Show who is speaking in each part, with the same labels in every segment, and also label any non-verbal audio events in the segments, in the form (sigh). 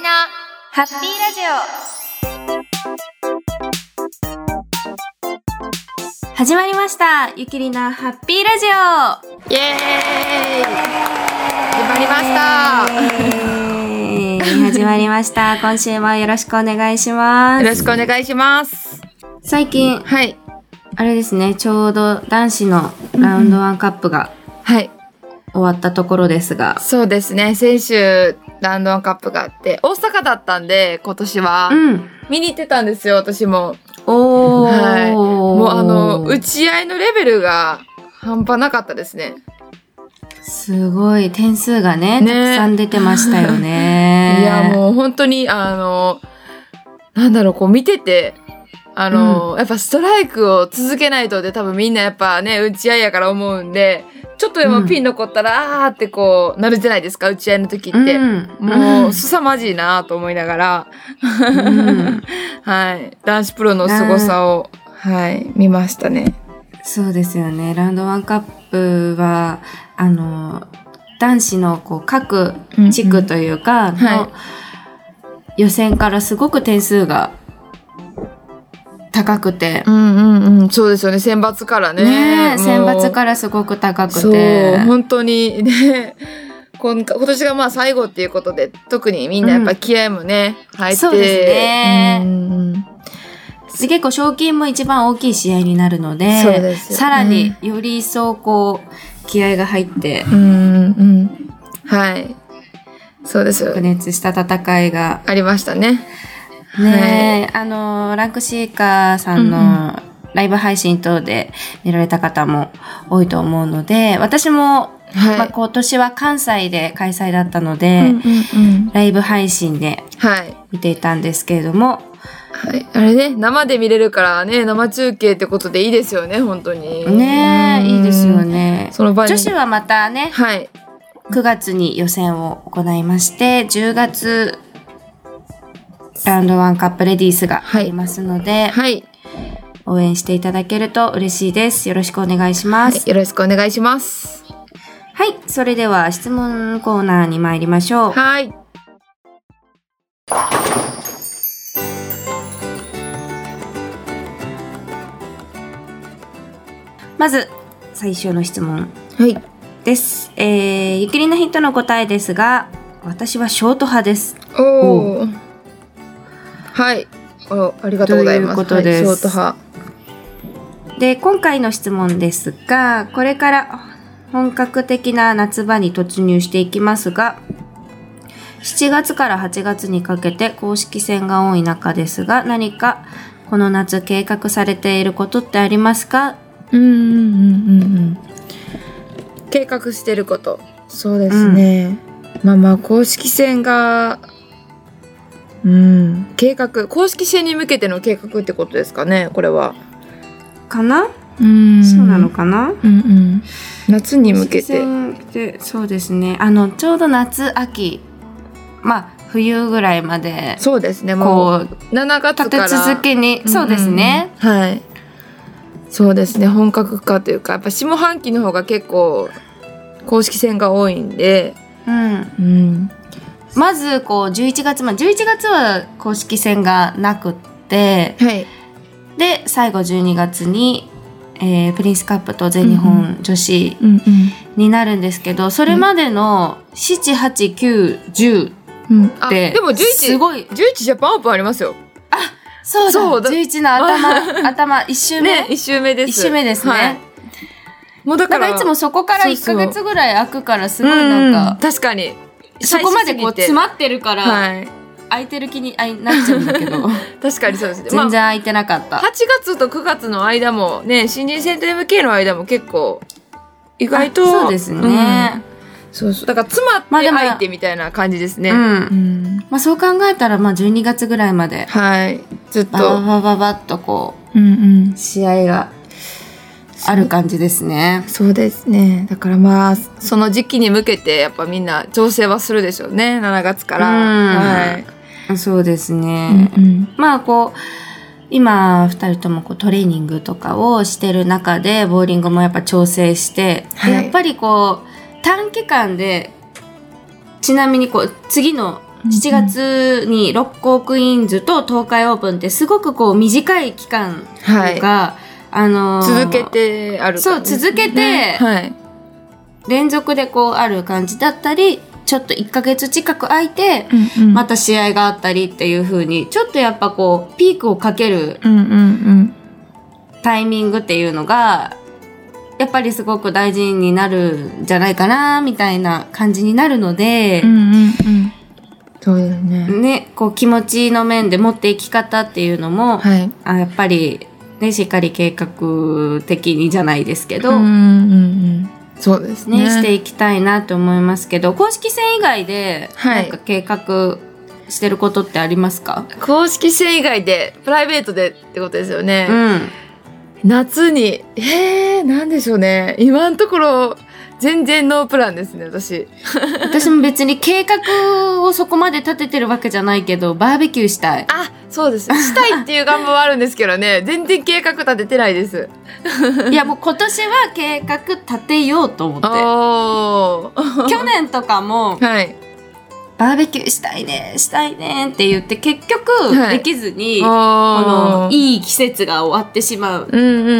Speaker 1: のハッピーラジオ始まりましたゆきりなハッピーラジオ
Speaker 2: イエーイ始まりました
Speaker 1: えー始まりました今週もよろしくお願いしま
Speaker 2: よろ
Speaker 1: す
Speaker 2: しくお願いします
Speaker 1: 最近
Speaker 2: はい
Speaker 1: あれですねちょうど男子のラウンドワンカップが
Speaker 2: はい
Speaker 1: 終わったところですが
Speaker 2: そうですね先週ランドンカップがあって大阪だったんで今年は、
Speaker 1: うん
Speaker 2: 見に行ってたんですよ私も
Speaker 1: おー、
Speaker 2: はいも
Speaker 1: も
Speaker 2: うあの打ち合いのレベルが半端なかったですね、
Speaker 1: すごい点数がね
Speaker 2: ね
Speaker 1: たくさん出てましたよね
Speaker 2: (laughs) いやもう本当にあのなんだろうこう見ててあの、やっぱストライクを続けないとで多分みんなやっぱね打ち合いやから思うんでちょっとで
Speaker 1: うん
Speaker 2: もピン残ったら、あーってこうなるじゃないですか打ち合いの時って、
Speaker 1: ん
Speaker 2: もう凄まじいなと思いながら、
Speaker 1: ん
Speaker 2: はい男子プロの凄さを、はい見ましたね。
Speaker 1: そうですよね。ラウンドワンカップは、あの、男子のこう各地区というか、
Speaker 2: んはい
Speaker 1: の予選からすごく点数が高くて
Speaker 2: う、んうんうん、そうですよね選抜からね
Speaker 1: ねえ選抜
Speaker 2: ら
Speaker 1: からすごく高く
Speaker 2: そう
Speaker 1: て。
Speaker 2: 本当に (laughs) ねこん今年がまあ最後っていうことで特にみんなやっぱ気合もね、入って
Speaker 1: そうですね
Speaker 2: うんうん
Speaker 1: 結構賞金も一番大きい試合になるので、
Speaker 2: そうですよね
Speaker 1: さらにより一層こう、気合が入って、
Speaker 2: うんうんはいそうですよ
Speaker 1: 白熱した戦いが
Speaker 2: ありましたね
Speaker 1: ねえ、あの、ランクシーカーさん
Speaker 2: うん
Speaker 1: のライブ配信等で見られた方も多いと思うので、私も、
Speaker 2: はい、
Speaker 1: まあ、今年は関西で開催だったの
Speaker 2: うんう
Speaker 1: で、
Speaker 2: んうん
Speaker 1: ライブ配信で
Speaker 2: はい
Speaker 1: 見ていたんですけれども、
Speaker 2: はい、あれね生で見れるからね生中継ってことでいいですよね本当に
Speaker 1: ねえ、
Speaker 2: うん
Speaker 1: いいですよね。
Speaker 2: その場に
Speaker 1: 女子はまたね、
Speaker 2: はい
Speaker 1: 9月に予選を行いまして、10月、ラウンドワンカップレディースがありますので、
Speaker 2: はい
Speaker 1: 応援していただけると嬉しいです。よろしくお願いし
Speaker 2: は
Speaker 1: ます。
Speaker 2: いよろしくお願いします
Speaker 1: はい、それでは質問コーナーに参りましょう。
Speaker 2: はい
Speaker 1: まず、最初の質問
Speaker 2: はい
Speaker 1: です。えー、ゆきりなヒットの答えですが、私はショート派です。
Speaker 2: おお。はい。おありがとうございます。
Speaker 1: ということです
Speaker 2: はい、ショート派。
Speaker 1: で、今回の質問ですが、これから本格的な夏場に突入していきますが、7月から8月にかけて公式戦が多い中ですが、何かこの夏計画されていることってありますか
Speaker 2: うんうんうんうんうん。計画してること。そうですね。まあまあ公式戦が。うん、計画公式戦に向けての計画ってことですかねこれは
Speaker 1: かな、
Speaker 2: うん
Speaker 1: そうなのかな
Speaker 2: うんうん夏に向け
Speaker 1: 視
Speaker 2: て
Speaker 1: 線ってそうですねあのちょうど夏秋まあ冬ぐらいまで
Speaker 2: そうですねもう
Speaker 1: こう
Speaker 2: 7月
Speaker 1: 立
Speaker 2: か
Speaker 1: て
Speaker 2: ら
Speaker 1: 続けにそうですね、
Speaker 2: うんうんうん。はい。そうですね。本格化というか、やっぱ下半期の方が結構公式戦が多いんで、
Speaker 1: うん、
Speaker 2: うん。
Speaker 1: まずこう11月まあ11月は公式戦がなくって
Speaker 2: はい。
Speaker 1: で最後12月に、えープリンスカップと全日本女子
Speaker 2: うんうん。
Speaker 1: になるんですけど、それまでの78910
Speaker 2: うん、
Speaker 1: っ
Speaker 2: あ
Speaker 1: て
Speaker 2: でも
Speaker 1: す
Speaker 2: 11、
Speaker 1: ごい
Speaker 2: 11ジャパンオープンありますよ。
Speaker 1: そうだ
Speaker 2: そうだ
Speaker 1: 11
Speaker 2: (laughs)
Speaker 1: の頭頭1周目、
Speaker 2: ね、一周目です。
Speaker 1: 一周目ですね
Speaker 2: はいもうだ
Speaker 1: な
Speaker 2: か、
Speaker 1: んからいつもそこから
Speaker 2: そう
Speaker 1: 1
Speaker 2: そ
Speaker 1: ヶ
Speaker 2: う
Speaker 1: 月ぐらい空くからすごいなん
Speaker 2: う
Speaker 1: か
Speaker 2: ん、確かに。
Speaker 1: そこまでこう詰
Speaker 2: っ
Speaker 1: まってるから、
Speaker 2: はい。
Speaker 1: 空いてる気にあいなっちゃうんだけ
Speaker 2: (laughs)
Speaker 1: ど
Speaker 2: 確かにそうですね。
Speaker 1: 全然
Speaker 2: まあ
Speaker 1: 空いてなかった、
Speaker 2: 8月と9月の間もね新人戦と MK の間も結構意外と
Speaker 1: あそうですね
Speaker 2: うんそうそう。だから、詰まって
Speaker 1: まあでも
Speaker 2: 相手みたいな感じですね。
Speaker 1: うん
Speaker 2: ん。
Speaker 1: まあ、そう考えたらまあ12月ぐらいまで
Speaker 2: はい。ずっ
Speaker 1: ババ
Speaker 2: と。
Speaker 1: バババッとこ
Speaker 2: うんうん
Speaker 1: う。試合がある感じですね
Speaker 2: そうですね。だからまあ、その時期に向けて、やっぱみんな調整はするでしょうね。7月から。
Speaker 1: うん
Speaker 2: はい。
Speaker 1: そうですね、
Speaker 2: ん
Speaker 1: まあこう今2人ともこうトレーニングとかをしてる中でボーリングもやっぱ調整して、
Speaker 2: は
Speaker 1: で
Speaker 2: い
Speaker 1: やっぱりこう短期間でちなみにこう次の7月に六甲クイーンズと東海オープンってすごくこう短い期間と
Speaker 2: はい
Speaker 1: いうか、あのー
Speaker 2: 続けてあるからね、
Speaker 1: そう続けて
Speaker 2: ねはい
Speaker 1: 連続でこうある感じだったりちょっと1ヶ月近く空いて、
Speaker 2: うんうん
Speaker 1: また試合があったりっていう風にちょっとやっぱこうピークをかける
Speaker 2: うんうんうん
Speaker 1: タイミングっていうのがやっぱりすごく大事になるんじゃないかなみたいな感じになるので
Speaker 2: う、んうんうんそうだね
Speaker 1: ね、こう気持ちの面で持っていき方っていうのも、
Speaker 2: はい
Speaker 1: あやっぱり、ね、しっかり計画的にじゃないですけど、
Speaker 2: うんうんうんそうですね
Speaker 1: ねしていきたいなと思いますけど公式戦以外で
Speaker 2: は
Speaker 1: ないんか計画してることってありますか、
Speaker 2: 公式戦以外でプライベートでってことですよね、 (laughs)
Speaker 1: うん
Speaker 2: 夏にえー、なんでしょうね今のところ全然ノープランですね私
Speaker 1: 私も別に計画をそこまで立ててるわけじゃないけどバーベキューしたい
Speaker 2: あそうですしたいっていう願望はあるんですけど (laughs) ね全然計画立ててないです
Speaker 1: (laughs) いやもう今年は計画立てようと思って
Speaker 2: おー
Speaker 1: 去年とかも
Speaker 2: (laughs) はい
Speaker 1: バーベキューしたいねしたいねって言って結局
Speaker 2: はい
Speaker 1: できずに、こ
Speaker 2: あ
Speaker 1: の
Speaker 2: い
Speaker 1: いい季節が終わってしまう
Speaker 2: うんうんうんう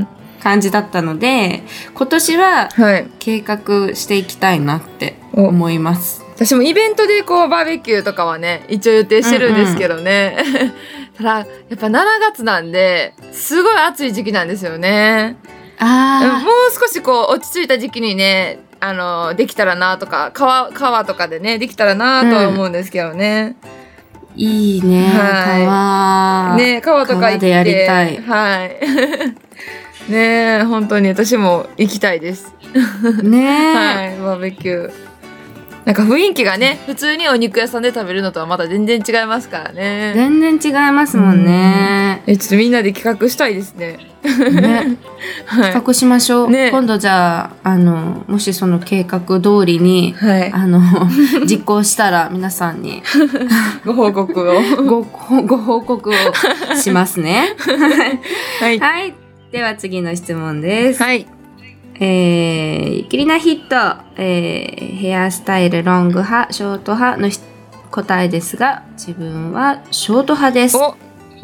Speaker 2: ん
Speaker 1: 感じだったので今年は
Speaker 2: はい
Speaker 1: 計画していきたいなって
Speaker 2: お
Speaker 1: 思います。
Speaker 2: 私もイベントでこうバーベキューとかはね一応予定してるんですけどね、 (laughs) ただやっぱ7月なんですごい暑い時期なんですよねも
Speaker 1: あ
Speaker 2: う少しこう落ち着いた時期にねあのできたらなとか川川とかでねできたらなとは思うんですけどね、
Speaker 1: あいいね、
Speaker 2: はい
Speaker 1: 川
Speaker 2: ね川とか行って
Speaker 1: 川でやりたい
Speaker 2: はい (laughs) ねえ本当に私も行きたいです
Speaker 1: ね
Speaker 2: はいバーベキューなんか雰囲気がね普通にお肉屋さんで食べるのとはまた全然違いますからね
Speaker 1: 全然違いますもんね。
Speaker 2: えちょっとみんなで企画したいですね
Speaker 1: ね
Speaker 2: はい
Speaker 1: 企画しましょう、
Speaker 2: ね
Speaker 1: 今度じゃああのもしその計画通りに
Speaker 2: はい
Speaker 1: あの (laughs) 実行したら皆さんに
Speaker 2: ご報告を
Speaker 1: ごご報告をしますね。
Speaker 2: (laughs) はい
Speaker 1: はい。では次の質問です。
Speaker 2: はい
Speaker 1: えー、キリナヒット、えーヘアスタイルロング派、ショート派のし答えですが、自分はショート派です。
Speaker 2: お
Speaker 1: ロ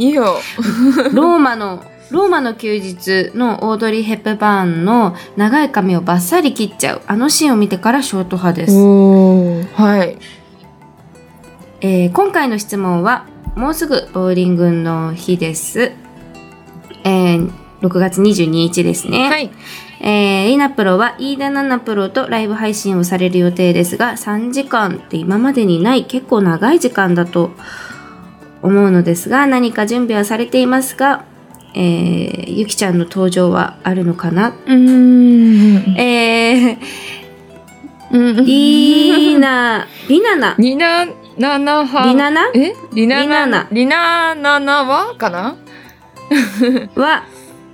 Speaker 2: いいよ
Speaker 1: ーマの、ローマの休日のオードリー・ヘップバーンの長い髪をバッサリ切っちゃう、あのシーンを見てからショート派です。
Speaker 2: おーはい
Speaker 1: えー今回の質問は、もうすぐボーリングの日です。えー6月22日ですね。
Speaker 2: はい
Speaker 1: えー、リナプロは飯田奈々プロとライブ配信をされる予定ですが3時間って今までにない結構長い時間だと思うのですが何か準備はされていますが、えー、ゆきちゃんの登場はあるのかな
Speaker 2: うーん。
Speaker 1: えー、
Speaker 2: うん
Speaker 1: リーナリナナ
Speaker 2: (laughs) リナナナは。
Speaker 1: リナナ
Speaker 2: えリナ
Speaker 1: リ
Speaker 2: ナ
Speaker 1: ナナ
Speaker 2: リナナナはかな
Speaker 1: は、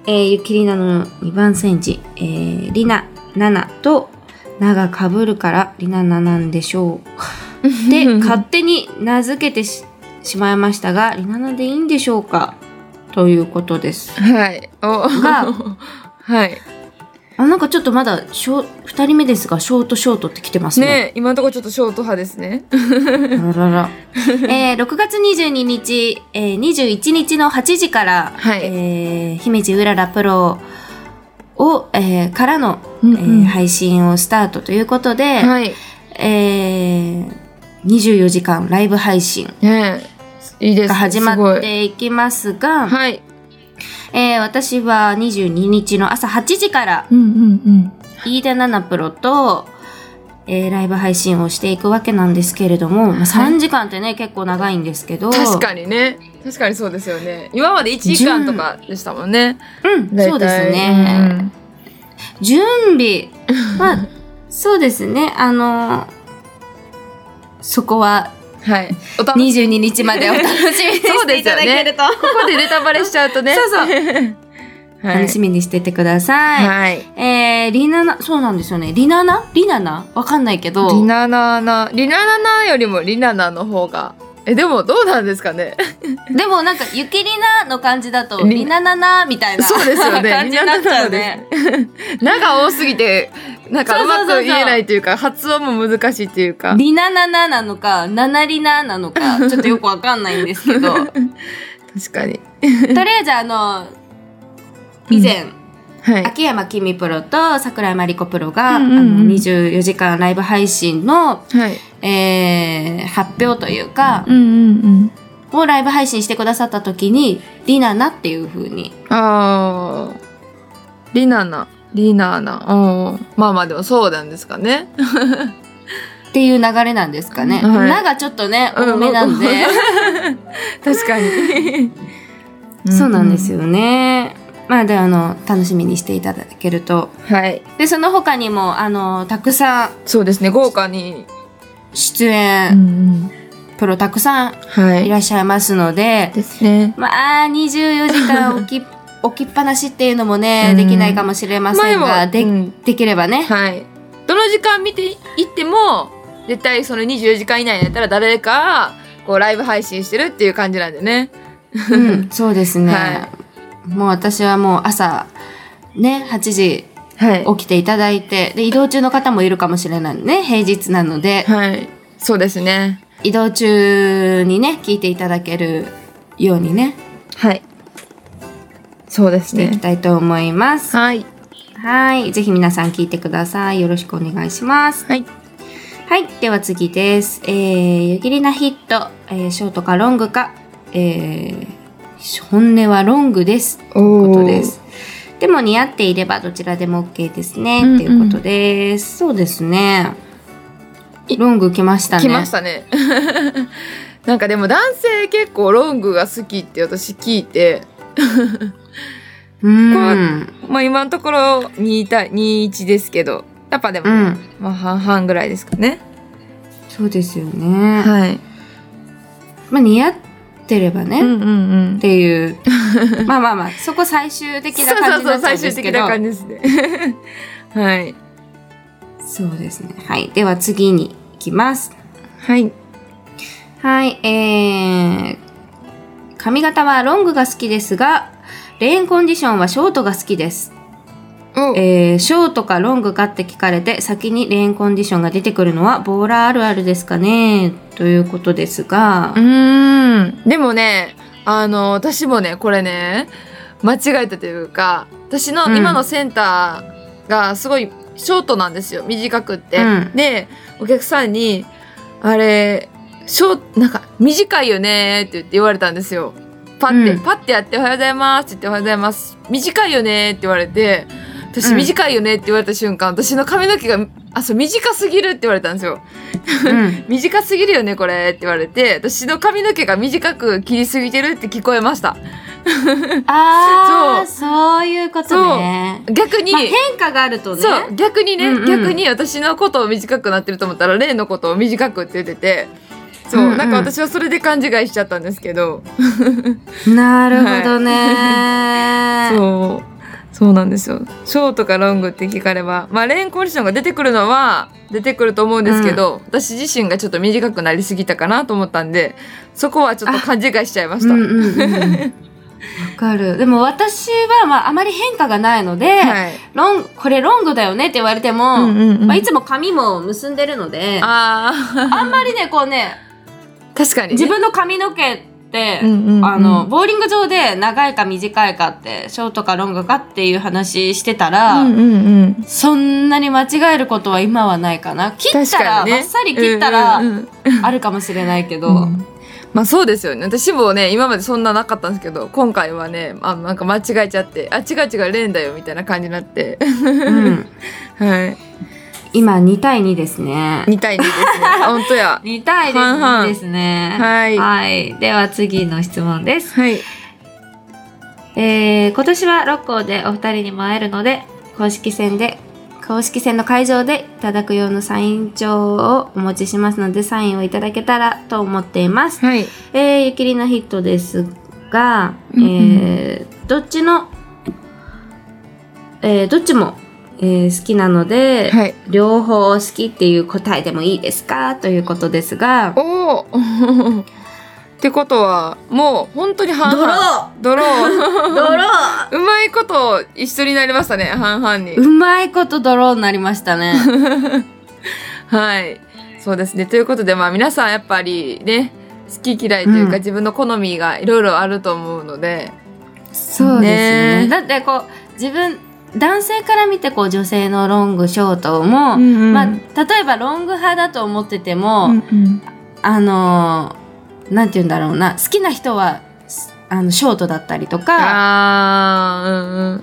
Speaker 1: えー、ゆきりなの2番センチ、えー、りな、ななと、ながかぶるから、りなななんでしょ (laughs) う。で、勝手に名付けてししまいましたが、りななでいいんでしょうかということです。
Speaker 2: はい。お
Speaker 1: が
Speaker 2: はい。
Speaker 1: あ、なんかちょっとまだ、ショ2人目ですが、ショートショートって来てますね。
Speaker 2: ね今のところちょっとショート派ですね。
Speaker 1: あららら (laughs) えー、6月22日、えー、21日の8時から、
Speaker 2: はい
Speaker 1: えー、姫路うららプロを、えー、からのえー配信をスタートということで、
Speaker 2: はい。
Speaker 1: えー24時間ライブ配信
Speaker 2: ねいいです
Speaker 1: が
Speaker 2: ね。
Speaker 1: 始
Speaker 2: すご
Speaker 1: まっ
Speaker 2: い
Speaker 1: ていきますが、
Speaker 2: はい。
Speaker 1: えー私は22日の朝8時から
Speaker 2: うんうん
Speaker 1: 飯田奈々プロと、えーライブ配信をしていくわけなんですけれども、まあ3時間ってね結構長いんですけど
Speaker 2: 確かにね。確かにそうですよね。今まで1時間とかでしたもんね。
Speaker 1: うん、そうですね。
Speaker 2: 大体。うん
Speaker 1: 準
Speaker 2: (laughs)
Speaker 1: 備まあそうですねあのそこは
Speaker 2: はい。お楽しみ
Speaker 1: 22日までお楽しみにしていただけると、
Speaker 2: ここでネタバレしちゃうとね。
Speaker 1: そ
Speaker 2: (laughs)
Speaker 1: うそう
Speaker 2: はい。
Speaker 1: 楽しみにしててください。
Speaker 2: はい。
Speaker 1: えー、リナナ、そうなんですよね。リナナリナナわかんないけど。
Speaker 2: リナナナリナナナよりもリナナの方がえ、でもどうなんですかね。 (laughs)
Speaker 1: でもなんか「ゆきりな」の感じだと「
Speaker 2: り
Speaker 1: りななな」みたいな
Speaker 2: そうですよね。
Speaker 1: (laughs) 感じになっちゃうね。
Speaker 2: なんか多すぎて、なんか
Speaker 1: そう
Speaker 2: う
Speaker 1: そうそうそう
Speaker 2: まく言えないというか、発音も難しいというか。
Speaker 1: りななななのか、ななりななの
Speaker 2: (laughs)
Speaker 1: か、ちょっとよくわかんないんですけど、と
Speaker 2: 確かに。
Speaker 1: りあえずあの、以前、
Speaker 2: はい。
Speaker 1: 秋山きみプロと桜井まりこプロが、
Speaker 2: うんうんうん
Speaker 1: あの24時間ライブ配信の、
Speaker 2: はい。
Speaker 1: えー発表というか、
Speaker 2: うんうん
Speaker 1: をライブ配信してくださった時に、りななっていう風に、
Speaker 2: うん。ああ。リナナ。リナナ。うん。まあまあでもそうなんですかね。
Speaker 1: っていう流れなんですかね。
Speaker 2: はい
Speaker 1: ながちょっとね、
Speaker 2: うん
Speaker 1: 多めなんで、
Speaker 2: (laughs) 確かに。
Speaker 1: (laughs) そうなんです
Speaker 2: よ。
Speaker 1: よね。まあで、あの、楽しみにしていただけると。
Speaker 2: はい。
Speaker 1: で、その他にも、あの、たくさん、
Speaker 2: そうですね。豪華に。
Speaker 1: 出演、
Speaker 2: んうん。
Speaker 1: プロたくさん
Speaker 2: はいい。
Speaker 1: らっしゃいますので、
Speaker 2: ですね。
Speaker 1: まあ24時
Speaker 2: (laughs)
Speaker 1: 間置き置きっぱなしっていうのもね、
Speaker 2: うん
Speaker 1: できないかもしれませんがで,、
Speaker 2: うん
Speaker 1: できればね、
Speaker 2: はい。どの時間見ていっても、絶対その24時間以内だったら誰か、こうライブ配信してるっていう感じなんでね。
Speaker 1: うん、そうですね、
Speaker 2: は
Speaker 1: もう私はもう朝ね8時
Speaker 2: はい
Speaker 1: 起きていただいてで移動中の方もいるかもしれないね平日なので、
Speaker 2: はい。そうですね。
Speaker 1: 移動中にね聞いていただけるようにね
Speaker 2: はい。そうです
Speaker 1: していき。たいと思います。
Speaker 2: はい。
Speaker 1: はい、ぜひ皆さん聞いてください。よろしくお願いします。
Speaker 2: はい。
Speaker 1: はい、では次です。えー、湯切りなヒット、えーショートかロングか、えー、本音はロングです。ということです。でも似合っていればどちらでも OK ですね。
Speaker 2: うんうん
Speaker 1: っていうことです。そうですね。ロング来ましたね。
Speaker 2: 来ましたね。 (laughs) なんかでも男性結構ロングが好きって私聞いて、
Speaker 1: うん。
Speaker 2: まあ今のところ2対21ですけど、やっぱでも、
Speaker 1: うん。
Speaker 2: まあ半々ぐらいですかね。
Speaker 1: そうですよね。
Speaker 2: はい。
Speaker 1: まあ似合ってればね。
Speaker 2: うんうんうん
Speaker 1: っ。ていう (laughs) まあまあまあそこ最終的な感じになっちゃうんですけど
Speaker 2: そうそうそう最終的な感じですね (laughs) はい
Speaker 1: そうですねはいでは次に行きます
Speaker 2: はい
Speaker 1: はい、えー、髪型はロングが好きですが、レーンコンディションはショートが好きです。
Speaker 2: お
Speaker 1: えー、ショートかロングかって聞かれて、先にレーンコンディションが出てくるのはボーラーあるあるですかねということですが
Speaker 2: う、ーんでもねあの私もねこれね間違えたというか私
Speaker 1: うん
Speaker 2: の今のセンターがすごいショートなんですよ短くって、
Speaker 1: うん
Speaker 2: でお客さんに「あれショーなんか短いよね」って言って言われたんですよ。パッて、
Speaker 1: うん
Speaker 2: パッてやって「おはようございます」って言って「おはようございます」短いよねって言われて私、
Speaker 1: うん
Speaker 2: 短いよねって言われた瞬間私の髪の毛があそう短すぎるって言われたんですよ。
Speaker 1: うん、
Speaker 2: 短すぎるよねこれって言われて私の髪の毛が短く切りすぎてるって聞こえました
Speaker 1: ああ、そういうことね。
Speaker 2: 逆に、
Speaker 1: まあ、変化があるとね、
Speaker 2: そう逆にね、
Speaker 1: うんうん
Speaker 2: 逆に私のことを短くなってると思ったら例のことを短くって言っててそう、
Speaker 1: うんうん
Speaker 2: なんか私はそれで勘違いしちゃったんですけど
Speaker 1: なるほどね。
Speaker 2: そうそうなんですよショートかロングって聞かればまあレーンコンディションが出てくるのは出てくると思うんですけど、私自身がちょっと短くなりすぎたかなと思ったんでそこはちょっと勘違いしちゃいました。
Speaker 1: うんうんうんうんわかる。でも私はまああまり変化がないので、
Speaker 2: はい
Speaker 1: ロンこれロングだよねって言われても、
Speaker 2: うんうんうん
Speaker 1: まあ、いつも髪も結んでるので、あ
Speaker 2: あ
Speaker 1: んまりね、こうね、
Speaker 2: ー確かにね、
Speaker 1: 自分の髪の毛って、
Speaker 2: うんうんうん
Speaker 1: あの、ボーリング場で長いか短いかって、ショートかロングかっていう話してたら、
Speaker 2: うんうんうん、
Speaker 1: そんなに間違えることは今はないかな。切った
Speaker 2: 確
Speaker 1: ら、
Speaker 2: かにね
Speaker 1: ばっさり切ったら、
Speaker 2: うんうんうん
Speaker 1: あるかもしれないけど、
Speaker 2: うんまあそうですよね私もね今までそんななかったんですけど今回はねあなんか間違えちゃってあ違う違うレーンだよみたいな感じになって
Speaker 1: うん
Speaker 2: (laughs) はい
Speaker 1: 今2対2ですね。
Speaker 2: 2対2ですね本当や
Speaker 1: 見たいです
Speaker 2: 半々
Speaker 1: いいですね。
Speaker 2: はい
Speaker 1: はい。では次の質問です。
Speaker 2: (laughs) はい
Speaker 1: えー、今年は六校でお二人にも会えるので、公式戦で、公式戦の会場でいただく用のサイン帳をお持ちしますので、サインをいただけたらと思っています。
Speaker 2: はい
Speaker 1: えー、ゆきりなヒットですが、
Speaker 2: うんうん
Speaker 1: えー、どっちの、えー、どっちも、えー好きなので、
Speaker 2: はい
Speaker 1: 両方好きっていう答えでもいいですかということですが、
Speaker 2: おおってことはもう本当に半々ドロー
Speaker 1: ドロー
Speaker 2: うまいこと一緒になりましたね半々に
Speaker 1: うまいことドローになりまし
Speaker 2: (laughs)
Speaker 1: たね。
Speaker 2: はいそうですねということでまあ皆さんやっぱりね好き嫌いというか、
Speaker 1: うん
Speaker 2: 自分の好みがいろいろあると思うので
Speaker 1: そうです
Speaker 2: ね
Speaker 1: ね。だってこう自分男性から見てこう女性のロングショートも、まあ、例えばロング派だと思ってても、あのーなんて言うんだろうな好きな人はすあのショートだったりとか
Speaker 2: あ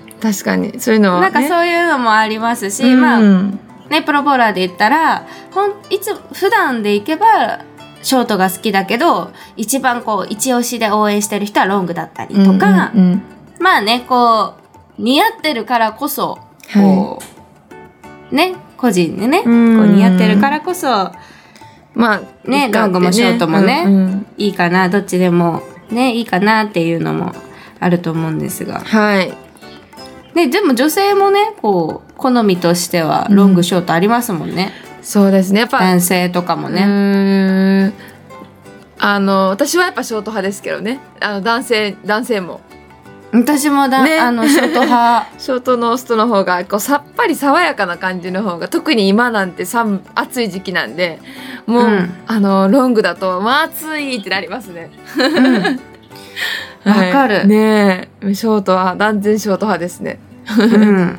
Speaker 2: ーうんうん確かにそういうのは、ね、
Speaker 1: なんかそういうのもありますし、まあ
Speaker 2: うん
Speaker 1: ね、プロボウラーで言ったらほんいつ普段でいけばショートが好きだけど一番こう一押しで応援してる人はロングだったりとか、
Speaker 2: うんうんうん
Speaker 1: まあねこう似合ってるからこそ
Speaker 2: はい
Speaker 1: こう、ね個人でねこ
Speaker 2: うん
Speaker 1: う似合ってるからこそ
Speaker 2: まあ
Speaker 1: ね
Speaker 2: いいかって
Speaker 1: ロングもショートもね
Speaker 2: うんうん
Speaker 1: いいかなどっちでもねいいかなっていうのもあると思うんですが、
Speaker 2: はい
Speaker 1: ね、でも女性もねこう好みとしてはロングショートありますもんね、
Speaker 2: そうですねやっぱ
Speaker 1: 男性とかも
Speaker 2: う
Speaker 1: ね。
Speaker 2: ーんあの私はやっぱショート派ですけどねあの男性男性も
Speaker 1: 私もだ、
Speaker 2: ね
Speaker 1: あのショート派
Speaker 2: (laughs) ショートのストの方がこうさっぱり爽やかな感じの方が特に今なんて寒暑い時期なんでもう、
Speaker 1: うん
Speaker 2: あのロングだと「まあ暑い!」ってなりますね。
Speaker 1: うんわかる
Speaker 2: (laughs) はいねえショートは断然ショート派ですね。
Speaker 1: うん、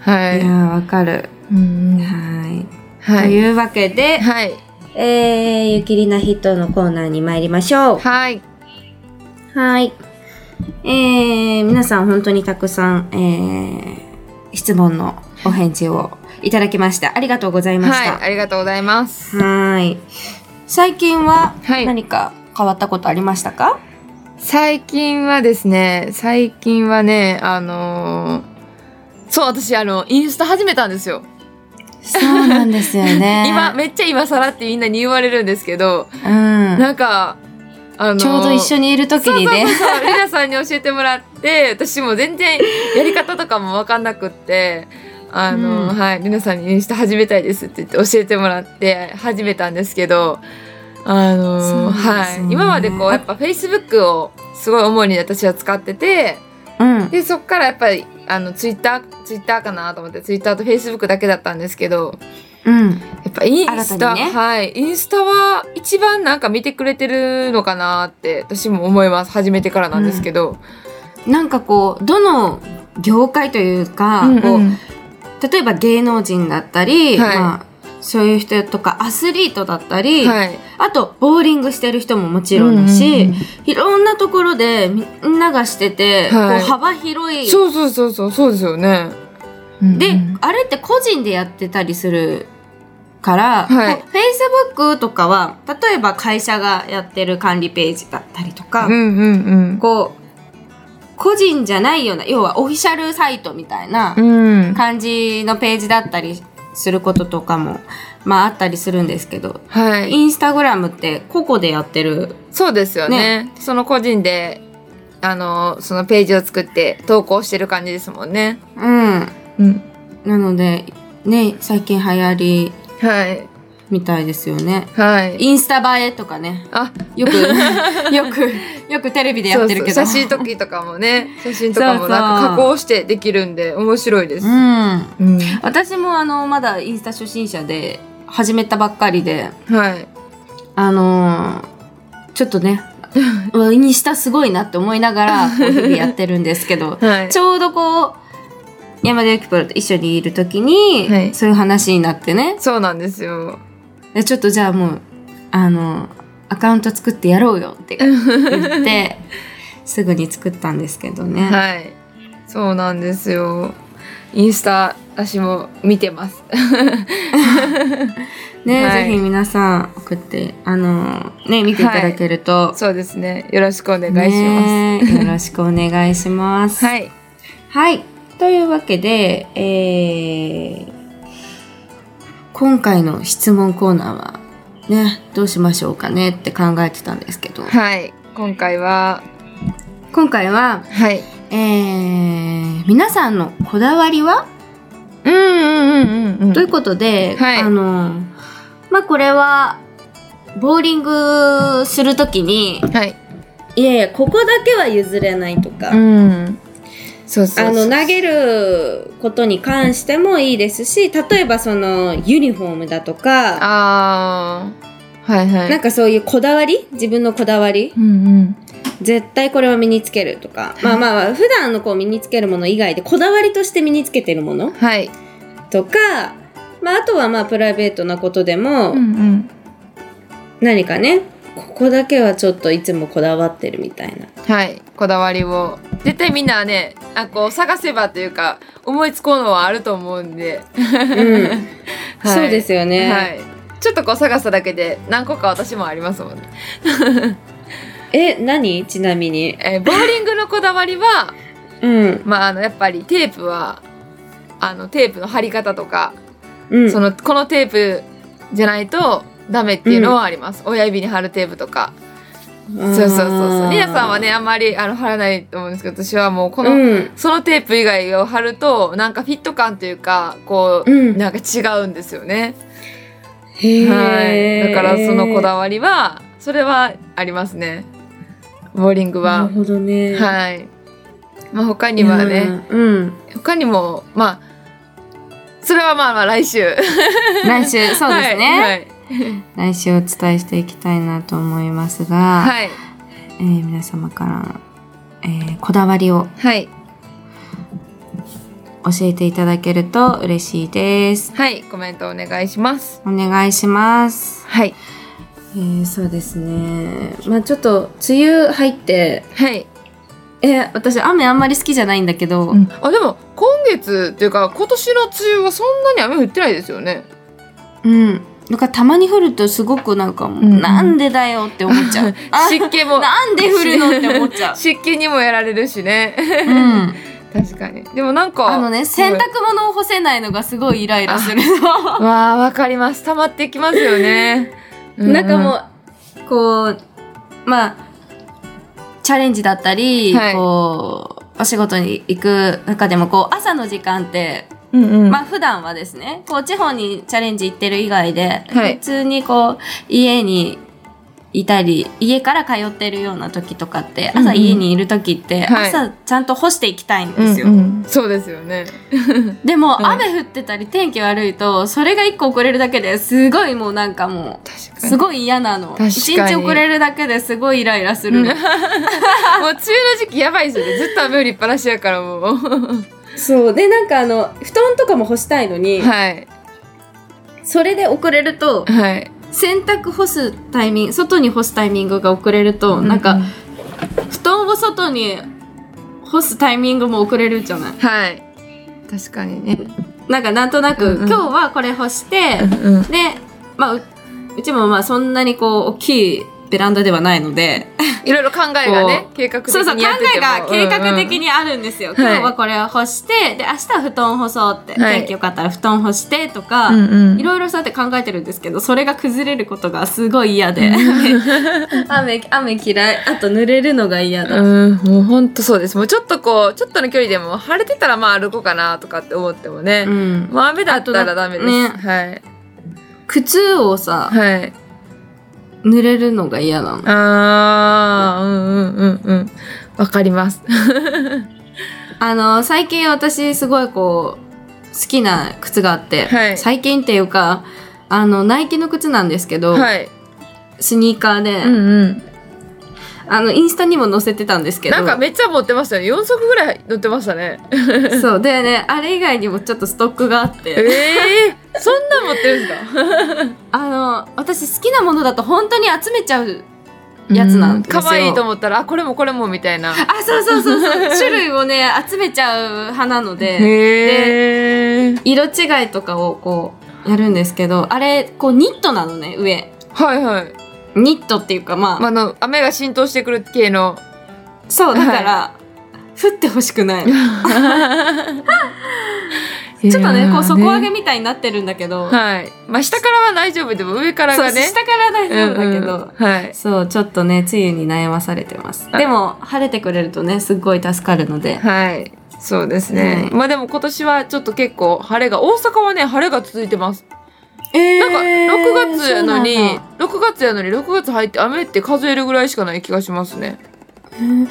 Speaker 2: はい
Speaker 1: や
Speaker 2: い。
Speaker 1: ーわかる。
Speaker 2: うん
Speaker 1: はい、
Speaker 2: は
Speaker 1: と
Speaker 2: い。
Speaker 1: いうわけで、
Speaker 2: はい。
Speaker 1: えー、ゆきりなヒットのコーナーに参りましょう。
Speaker 2: はい。
Speaker 1: はい。えー、皆さん本当にたくさん、えー、質問のお返事をいただきました。ありがとうございまし
Speaker 2: はい。
Speaker 1: た。
Speaker 2: ありがとうございます。
Speaker 1: はーい。最近は
Speaker 2: はい
Speaker 1: 何か変わったことありましたか、
Speaker 2: 最近はですね、最近はね、あのーそう、私、あの、インスタ始めたんですよ。
Speaker 1: そうなんですよね
Speaker 2: (laughs) 今、めっちゃ今更ってみんなに言われるんですけど、
Speaker 1: うん、
Speaker 2: なんか、あのー
Speaker 1: ちょうど一緒にいる時にね。
Speaker 2: そうそう、りなさんに教えてもらって、私も全然やり方とかもわかんなくって、あの、
Speaker 1: うん
Speaker 2: はい、りなさんにインスタ始めたいですって言って教えてもらって始めたんですけど、あの、
Speaker 1: そうで
Speaker 2: は
Speaker 1: す
Speaker 2: い
Speaker 1: ね、
Speaker 2: 今までこう、やっぱ Facebook をすごい主に私は使ってて、
Speaker 1: うん。
Speaker 2: で、そっからやっぱり、あの、Twitter、Twitter かなと思って、Twitter と Facebook だけだったんですけど、
Speaker 1: うん。
Speaker 2: やっぱインスタ、
Speaker 1: 新たにね
Speaker 2: はい、インスタは一番なんか見てくれてるのかなって私も思います。始めてからなんですけど。
Speaker 1: なんかこう、どの業界というか、こう例えば芸能人だったり、
Speaker 2: はい
Speaker 1: まあ、そういう人とかアスリートだったり、
Speaker 2: はい。
Speaker 1: あとボーリングしてる人ももちろんだし、
Speaker 2: うんうん
Speaker 1: いろんなところでみんながしてて、
Speaker 2: はい
Speaker 1: こう幅広い
Speaker 2: そうそうそうそう、そうですよね。
Speaker 1: で、
Speaker 2: うん
Speaker 1: あれって個人でやってたりするから、
Speaker 2: はい
Speaker 1: こう Facebook とかは例えば会社がやってる管理ページだったりとか、
Speaker 2: うんうん
Speaker 1: こう個人じゃないような要はオフィシャルサイトみたいな
Speaker 2: うん。うん。
Speaker 1: 感じのページだったりすることとかも、まあ、あったりするんですけど
Speaker 2: はい。
Speaker 1: インスタグラムって個々でやってる
Speaker 2: そうですよね。その個人で、あの、そのページを作って投稿してる感じですもんね。
Speaker 1: うん
Speaker 2: うん。
Speaker 1: なのでね最近流行り
Speaker 2: はい。
Speaker 1: みたいですよね
Speaker 2: はい。
Speaker 1: インスタ映えとかね
Speaker 2: あ、
Speaker 1: よく (laughs) よくよくテレビでやってるけど
Speaker 2: そうそう写真時とかもね、写真とか
Speaker 1: そうそ
Speaker 2: も
Speaker 1: う
Speaker 2: なんか加工してできるんで面白いです。
Speaker 1: うん
Speaker 2: うん、
Speaker 1: 私もあのまだインスタ初心者で始めたばっかりで
Speaker 2: はい。
Speaker 1: あのーちょっ
Speaker 2: (laughs)
Speaker 1: とねうわインスタすごいなって思いながらこう日々やってるんですけど
Speaker 2: はい
Speaker 1: ち。ょうどこう山田ゆきプロと一緒にいる時に、
Speaker 2: はい
Speaker 1: そういう話になってね
Speaker 2: そうなんですよ。
Speaker 1: でちょっとじゃあもうあのアカウント作ってやろうよって言って
Speaker 2: (laughs)
Speaker 1: すぐに作ったんですけどね、
Speaker 2: はい。そうなんですよ。インスタ、私も見てます。 (laughs)
Speaker 1: ね、
Speaker 2: はい
Speaker 1: ぜひ皆さん送ってあのね見ていただけると、
Speaker 2: そうですね。よろしくお願いしま。
Speaker 1: ねよろしくお願いします
Speaker 2: (laughs)
Speaker 1: す。
Speaker 2: はい。
Speaker 1: はい。というわけで、えー今回の質問コーナーは、ね、どうしましょうかねって考えてたんですけど、
Speaker 2: はい。今回は、
Speaker 1: 今回は、
Speaker 2: はい。
Speaker 1: えー皆さんのこだわりは、
Speaker 2: うんうんうんうんうん。
Speaker 1: ということで、
Speaker 2: はい
Speaker 1: あの、まあ、これは、ボーリングするときに、
Speaker 2: はい。
Speaker 1: いやいやここだけは譲れないとか、
Speaker 2: うん。そうそうそう。
Speaker 1: あの投げることに関してもいいですし例えばそのユニフォームだとか
Speaker 2: ああ。はいはい。
Speaker 1: なんかそういうこだわり自分のこだわり
Speaker 2: うんうん。
Speaker 1: 絶対これは身につけるとかまあまあまあ普段のこう身につけるもの以外でこだわりとして身につけてるもの
Speaker 2: はい。
Speaker 1: とか、まあ、あとはまあプライベートなことでも、
Speaker 2: うん。
Speaker 1: 何かねここだけはちょっといつもこだわってるみたいな。
Speaker 2: はい。こだわりを。絶対みんなはね、あこう探せばというか、思いつこうのはあると思うんで。
Speaker 1: うん
Speaker 2: (laughs) はい
Speaker 1: そうですよね、
Speaker 2: はい。ちょっとこう探すだけで何個か私もありますもんね。
Speaker 1: え何ちなみに
Speaker 2: えーボーリングのこだわりは、 (laughs)
Speaker 1: うん、
Speaker 2: まあ、あのやっぱりテープはあのテープの貼り方とか、
Speaker 1: うん、
Speaker 2: そのこのテープじゃないとダメっていうのはあります、親指に貼るテープとかそうそうそうそうリナさんはねあんまりあの貼らないと思うんですけど私はもうこ
Speaker 1: こ
Speaker 2: の、
Speaker 1: うん
Speaker 2: そのテープ以外を貼るとなんかフィット感というかこう、
Speaker 1: うん
Speaker 2: なんか違うんですよね、
Speaker 1: へ
Speaker 2: は
Speaker 1: ー
Speaker 2: い、だからそのこだわりはそれはありますねボーリング
Speaker 1: な
Speaker 2: は
Speaker 1: る。ほどね
Speaker 2: はいまあ、他にはね、
Speaker 1: うん
Speaker 2: 他にもまあそれはまあまあ来週
Speaker 1: 来週そうですね、
Speaker 2: はい
Speaker 1: 来週お伝えしていきたいなと思いますが、
Speaker 2: はい
Speaker 1: えー皆様から、えーこだわりを
Speaker 2: はい、
Speaker 1: 教えていただけると嬉しいです
Speaker 2: はい、コメントお願いします
Speaker 1: お願いします、
Speaker 2: はい
Speaker 1: えーそうですねまあちょっと梅雨入って
Speaker 2: はい、
Speaker 1: えー私雨あんまり好きじゃないんだけど、
Speaker 2: あでも今月っていうか今年の梅雨はそんなに雨降ってないですよね
Speaker 1: うん。だからたまに降るとすごくなんかもう、
Speaker 2: うんうん
Speaker 1: なんでだよって思っち (laughs) ゃう。あ
Speaker 2: (laughs) 湿気も。
Speaker 1: なんで降るのって思っ (laughs) ちゃう
Speaker 2: (laughs) 湿気にもやられるしね (laughs)
Speaker 1: うん。
Speaker 2: 確かにでもなんか
Speaker 1: あのね、洗濯物を干せないのがすごいイライラするの。
Speaker 2: わあわかります溜まってきますよね
Speaker 1: なんかもう、こう、まあ、チャレンジだったり、
Speaker 2: はい
Speaker 1: こう、お仕事に行く中でもこう朝の時間って、
Speaker 2: うん、うんうん、
Speaker 1: まあ普段はですねこう地方にチャレンジ行ってる以外で、
Speaker 2: はい
Speaker 1: 普通にこう家にいたり家から通ってるような時とかって
Speaker 2: うんうん
Speaker 1: 朝家にいる時って、
Speaker 2: はい
Speaker 1: 朝ちゃんと干していきたいんですよ、
Speaker 2: うんうんそうですよね
Speaker 1: でも、
Speaker 2: うん
Speaker 1: 雨降ってたり天気悪いとそれが一個遅れるだけですごいもうなんかもう
Speaker 2: 確かに
Speaker 1: すごい嫌なの
Speaker 2: 確かに
Speaker 1: 一日遅れるだけですごいイライラするの、
Speaker 2: うんもう梅雨の時期やばいですよね。ずっと雨降りっぱなしやから
Speaker 1: (laughs)
Speaker 2: もう。
Speaker 1: そうでなんかあの布団とかも干したいのに
Speaker 2: はい。
Speaker 1: それで遅れると
Speaker 2: はい。
Speaker 1: 洗濯干すタイミング外に干すタイミングが遅れると、なんか布団を外に干すタイミングも遅れるじゃない
Speaker 2: はい。確かにね。
Speaker 1: なんかなんとなく、
Speaker 2: うんうん
Speaker 1: 今日はこれ干して、
Speaker 2: うん。
Speaker 1: でまあううちもまあそんなにこう大きいベランダではないので
Speaker 2: いろいろ考えがね
Speaker 1: こ、
Speaker 2: 計画的
Speaker 1: そうそう
Speaker 2: に
Speaker 1: 考
Speaker 2: やってて
Speaker 1: え
Speaker 2: も。
Speaker 1: が計画的
Speaker 2: に。
Speaker 1: にあるんですよ、
Speaker 2: はい
Speaker 1: 今日はこれを干してで明日は布団干そうって、
Speaker 2: はい
Speaker 1: 天気よかったら布団干してとか、
Speaker 2: うんうん。
Speaker 1: いろいろそうやって考えてるんですけどそれが崩れることがすごい嫌で雨雨嫌いあと濡れるのが嫌だ、
Speaker 2: うん、もう本当そうです。もうちょっとこう、ちょっとの距離でも晴れてたらまあ歩こうかなとかって思ってもね。
Speaker 1: うん
Speaker 2: まあ雨だったらダメです。
Speaker 1: あと
Speaker 2: はい。
Speaker 1: 靴をさ、
Speaker 2: はい。
Speaker 1: 濡れるのが嫌なの
Speaker 2: あー、うんうんうんうん。わかります。
Speaker 1: あの最近私すごいこう好きな靴があって、
Speaker 2: はい
Speaker 1: 最近っていうかあのナイキの靴なんですけど、
Speaker 2: はい。
Speaker 1: スニーカーで、
Speaker 2: うんうん。
Speaker 1: あのインスタにも載せてたんですけど
Speaker 2: なんかめっちゃ持ってましたね。4足ぐらい乗ってましたね。
Speaker 1: そうでねあれ以外にもちょっとストックがあって
Speaker 2: ええそんなん持ってるんですか。
Speaker 1: あの私好きなものだと本当に集めちゃう (laughs) やつなんですよ
Speaker 2: 可愛いと思ったら、あ、これもこれもみたいな。
Speaker 1: あそうそうそうそう種類をね集めちゃう派なので
Speaker 2: へえ。
Speaker 1: 色違いとかをこうやるんですけどあれこうニットなのね上
Speaker 2: はいはい。
Speaker 1: ニットっていうかまあ、
Speaker 2: まああの雨が浸透してくる系
Speaker 1: (laughs)
Speaker 2: の。
Speaker 1: そうだから、降ってほしくないのちょっとねこう底上げみたいになってるんだけど、
Speaker 2: はい。まあ下からは大丈夫でも上から
Speaker 1: そう
Speaker 2: がね。
Speaker 1: 下から大丈夫だけど、
Speaker 2: うんうんはい。
Speaker 1: そうちょっとね梅雨に悩まされてますでも晴れてくれるとねすっごい助かるので
Speaker 2: はい。そうですね
Speaker 1: は。い
Speaker 2: まあでも今年はちょっと結構晴れが大阪はね晴れが続いてます。
Speaker 1: え
Speaker 2: なんか6月やのに、6月やのに6月入って雨って数えるぐらいしかない気がしますね。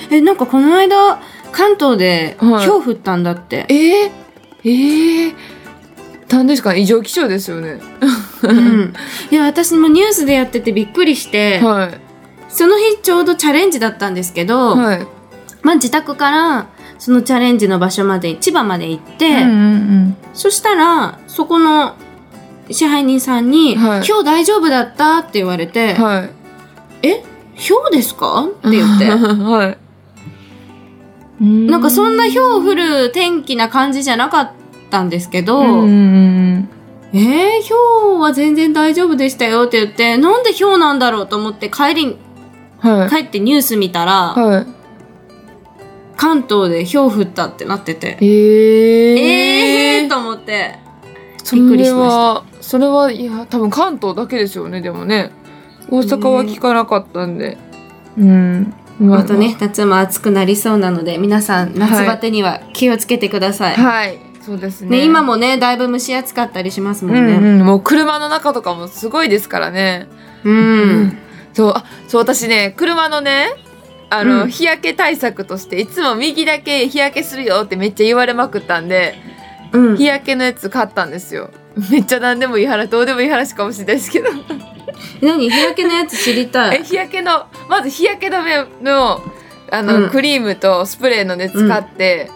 Speaker 1: えなんかこの間関東で
Speaker 2: はい
Speaker 1: ひょう降ったんだって、
Speaker 2: えー、えー、なんですかね異常気象ですよね。
Speaker 1: うん、いや私もニュースでやっててびっくりして、
Speaker 2: はい。
Speaker 1: その日ちょうどチャレンジだったんですけど、
Speaker 2: はい。
Speaker 1: まあ、自宅からそのチャレンジの場所まで千葉まで行って、
Speaker 2: うん
Speaker 1: そしたらそこの支配人さんに「
Speaker 2: はい
Speaker 1: 今日大丈夫だった?」って言われて「
Speaker 2: はい。って
Speaker 1: えひょうですか?」って言っ
Speaker 2: (laughs)
Speaker 1: て。
Speaker 2: はい。
Speaker 1: なんかそんなひ
Speaker 2: 表
Speaker 1: ょう降る天気な感じじゃなかったんですけど、
Speaker 2: うん
Speaker 1: えー、ひょうは全然大丈夫でしたよって言って、なんでひょうなんだろうと思って帰り、
Speaker 2: はい。
Speaker 1: 帰ってニュース見たら、
Speaker 2: は
Speaker 1: 関東でひょう降ったってなってて。
Speaker 2: い。えー、
Speaker 1: えー、と思って。
Speaker 2: そ
Speaker 1: びっくり
Speaker 2: れ
Speaker 1: しまし
Speaker 2: はそれはいや多分関東だけですよねでもね大阪は聞かなかったんで、うんま
Speaker 1: またね、夏も暑くなりそうなので、皆さん、夏バテには気をつけてください。
Speaker 2: はいそうですね
Speaker 1: ね、今もね、だいぶ蒸し暑かったりしますも
Speaker 2: うんん、
Speaker 1: ね。
Speaker 2: うん、もう車の中とかもすごいですからね
Speaker 1: うん。
Speaker 2: そうあそう私ね車のねあの、
Speaker 1: うん
Speaker 2: 日焼け対策としていつも右だけ日焼けするよってめっちゃ言われまくったんで
Speaker 1: うん
Speaker 2: 日焼けのやつ買ったんですよめっちゃ何でもいい話どうでもいい話かもしれないですけど
Speaker 1: 何日焼けのやつ知り
Speaker 2: (laughs)
Speaker 1: た
Speaker 2: え
Speaker 1: い。
Speaker 2: 日焼けのまず日焼け止めのあの、
Speaker 1: うん
Speaker 2: クリームとスプレーのね使って、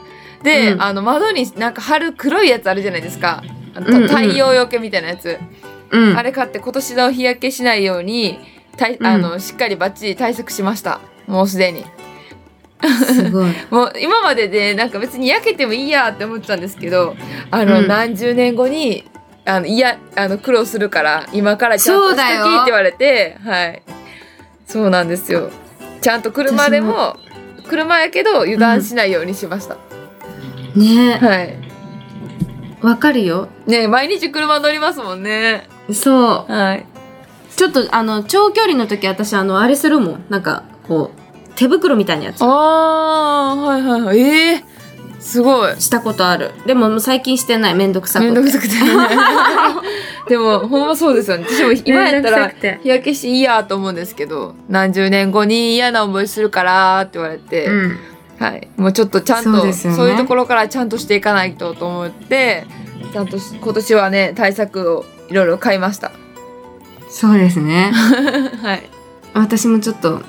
Speaker 2: で、
Speaker 1: うん
Speaker 2: あの窓になんか貼る黒いやつあるじゃないですかあの
Speaker 1: うんうん
Speaker 2: 太陽よけみたいなやつ、
Speaker 1: うん
Speaker 2: あ。れ買って今年の日焼けしないようにたい
Speaker 1: うん
Speaker 2: あの、しっかりバッチリ対策しましたもうすでに
Speaker 1: す (laughs) ごい。
Speaker 2: もう今まででなんか別に焼けてもいいやって思ってたんですけどあの、
Speaker 1: うん
Speaker 2: 何十年後にあのいやあの苦労するから今からちゃんとしとき
Speaker 1: そうだ
Speaker 2: っ
Speaker 1: よ
Speaker 2: て言われてはいそうなんですよちゃんと車でも車やけど油断しないようにしました、
Speaker 1: ね
Speaker 2: はい
Speaker 1: わかるよ。
Speaker 2: ね毎日車乗りますもんね
Speaker 1: そう。
Speaker 2: はい
Speaker 1: ちょっとあの長距離の時私あのあれするもんなんかこう手袋みたいなやつ
Speaker 2: あーはいはいはいええすごい
Speaker 1: したことあるでももう最近してないめんどくさく
Speaker 2: め
Speaker 1: て
Speaker 2: んどくさくてでもほんまそうですよね私も今やったら
Speaker 1: めんどくさくて
Speaker 2: 日焼けしていいやと思うんですけど何十年後に嫌な思いするからって言われて、
Speaker 1: うん
Speaker 2: はい、もうちょっとちゃんと
Speaker 1: そう
Speaker 2: そう,、
Speaker 1: ですよね
Speaker 2: いうところからちゃんとしていかないとと思ってちゃんとし今年はね対策をいろいろ買いま
Speaker 1: (laughs)
Speaker 2: した
Speaker 1: そうですね
Speaker 2: はい
Speaker 1: 私もちょっと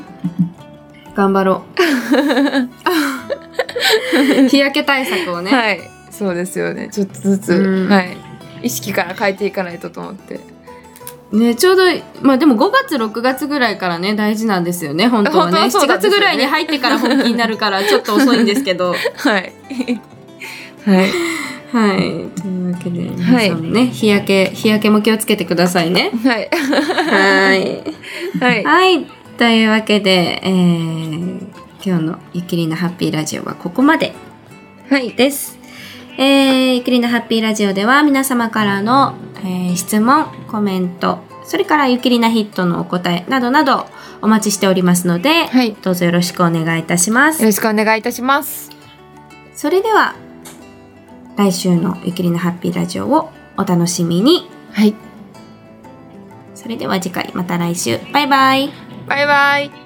Speaker 1: 頑張ろ
Speaker 2: (laughs)
Speaker 1: う日焼け対策をね、
Speaker 2: はいそうですよねちょっとずつ、
Speaker 1: うん
Speaker 2: はい意識から変えていかないとと思って
Speaker 1: ねちょうどまあでも5月6月ぐらいからね大事なんですよね本当はね
Speaker 2: 本当はそう
Speaker 1: 7
Speaker 2: なんですよ
Speaker 1: 月
Speaker 2: ね
Speaker 1: ぐらいに入ってから本気にな
Speaker 2: (laughs)
Speaker 1: るからちょっと遅いんですけど
Speaker 2: はいはい
Speaker 1: はい。というわけで、皆
Speaker 2: はい
Speaker 1: さんもね、日焼け、日焼けも気をつけてくださいね。
Speaker 2: はい
Speaker 1: はい。
Speaker 2: はい
Speaker 1: はい。というわけで、えー今日のゆきりなハッピーラジオはここまで
Speaker 2: はい
Speaker 1: です。えー、ゆきりなハッピーラジオでは皆様からの、えー質問、コメント、それからゆきりなヒットのお答えなどなどお待ちしておりますので、
Speaker 2: はいよ
Speaker 1: どうぞよろしくお願いいたします。
Speaker 2: ろしくお願いいたします
Speaker 1: それでは、来週のゆきりなハッピーラジオをお楽しみに。
Speaker 2: はい
Speaker 1: それでは次回また来週バイバイ
Speaker 2: バイバイ